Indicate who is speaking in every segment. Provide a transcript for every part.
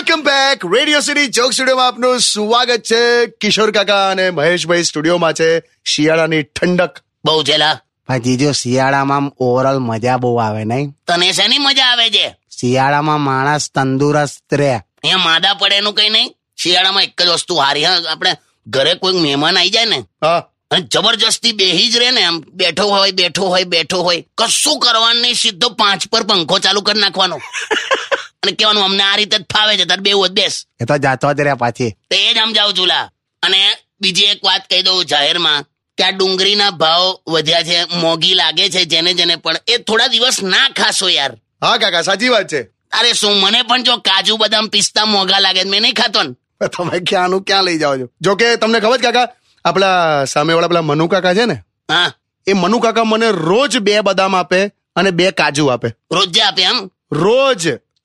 Speaker 1: Back radio city joke સ્ટુડિયોમાં આપનું સ્વાગત છે કિશોર કાકા અને મહેશભાઈ સ્ટુડિયોમાં છે શિયાળાની ઠંડક
Speaker 2: બહુ છેલા
Speaker 3: પણ જીજુ શિયાળામાં ઓવરઓલ મજા બહુ આવે નહીં
Speaker 2: તને શેની મજા આવે છે
Speaker 3: શિયાળામાં માણસ તંદુરસ્ત રહે
Speaker 2: અહીંયા માદા પડે એનું કઈ નહીં શિયાળામાં એક જ વસ્તુ હારી હા આપણે ઘરે કોઈ મહેમાન આવી જાય ને
Speaker 1: હા
Speaker 2: અને જબરજસ્તી બેહી જ રહે ને એમ બેઠો હોય બેઠો હોય બેઠો હોય કશું કરવાનું નહીં સીધો પાંચ પર પંખો ચાલુ કરી નાખવાનો અને કહેવાનું અમને આ રીતે જ ફાવે છે તાર બેવું જ બેસ
Speaker 3: એ તો જાતો જ રહે પાછી
Speaker 2: તો એ જ સમજાવું ચુલા અને બીજી એક વાત કહી દઉં જાહેરમાં કે આ ડુંગળીના ભાવ વધ્યા છે મોંઘી લાગે છે જેને જેને પણ એ થોડા દિવસ ના ખાશો યાર
Speaker 1: હા કાકા સાચી વાત છે
Speaker 2: અરે શું મને પણ જો કાજુ બદામ પિસ્તા મોંઘા લાગે તો મેં નહીં ખાતો ને
Speaker 1: પણ તમે ક્યાંનું ક્યાં લઈ જાઓ છો જોકે તમને ખબર છે કાકા આપણા સામેવાળા પેલા મનુ કાકા છે ને
Speaker 2: હા
Speaker 1: એ મનુ કાકા મને રોજ બે બદામ આપે અને બે કાજુ આપે
Speaker 2: રોજ આપે એમ
Speaker 1: રોજ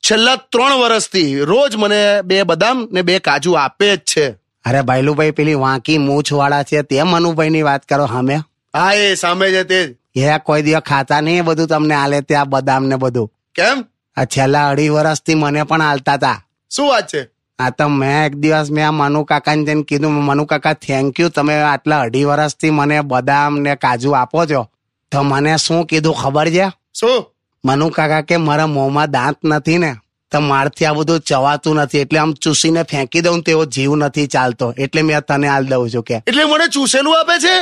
Speaker 1: છેલ્લા ત્રણ વર્ષથી રોજ મને બે બદામ ને બે કાજુ આપે જ છે
Speaker 3: અરે ભાઈલુભાઈ પેલી વાંકી મૂછ વાળા છે તે મનુભાઈ ની વાત કરો અમે
Speaker 1: હા એ સામે છે તે જ.
Speaker 3: એ કોઈ દિવસ ખાતા નહીં એ બધું તમને આલે તે આ બદામ ને બધું
Speaker 1: કેમ
Speaker 3: આ છેલ્લા અઢી વર્ષથી મને પણ હાલતા હતા
Speaker 1: શું વાત છે
Speaker 3: આ તો મેં એક દિવસ મેં આ મનુ કાકાને જઈને કીધું મનુ કાકા થેન્ક યુ તમે આટલા અઢી વર્ષથી મને બદામ ને કાજુ આપો છો તો મને શું કીધું ખબર છે
Speaker 1: શું
Speaker 3: મનુ કાકા કે મારા મોંમાં દાંત નથી ને તો મારથી આ બધું ચવાતું નથી એટલે આમ ચૂસીને ફેંકી દઉં તેવો જીવ નથી ચાલતો એટલે મેં તને હાલ દઉં છું કે
Speaker 1: એટલે મને ચૂસેલું આપે છે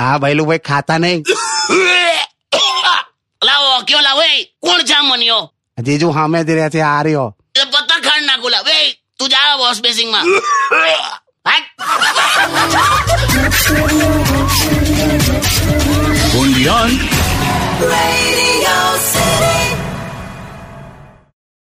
Speaker 3: હા ભૈલું ભાઈ ખાતા નહીં
Speaker 2: લાવો કયો લાવો એ કોણ જા મન્યો
Speaker 3: જીજુ સામે જ રહે છે આ રહ્યો
Speaker 2: એ પત્તા ખાંડ નાખું લાવ એ તું જા વોશ બેસિંગમાં હાટ
Speaker 4: Radio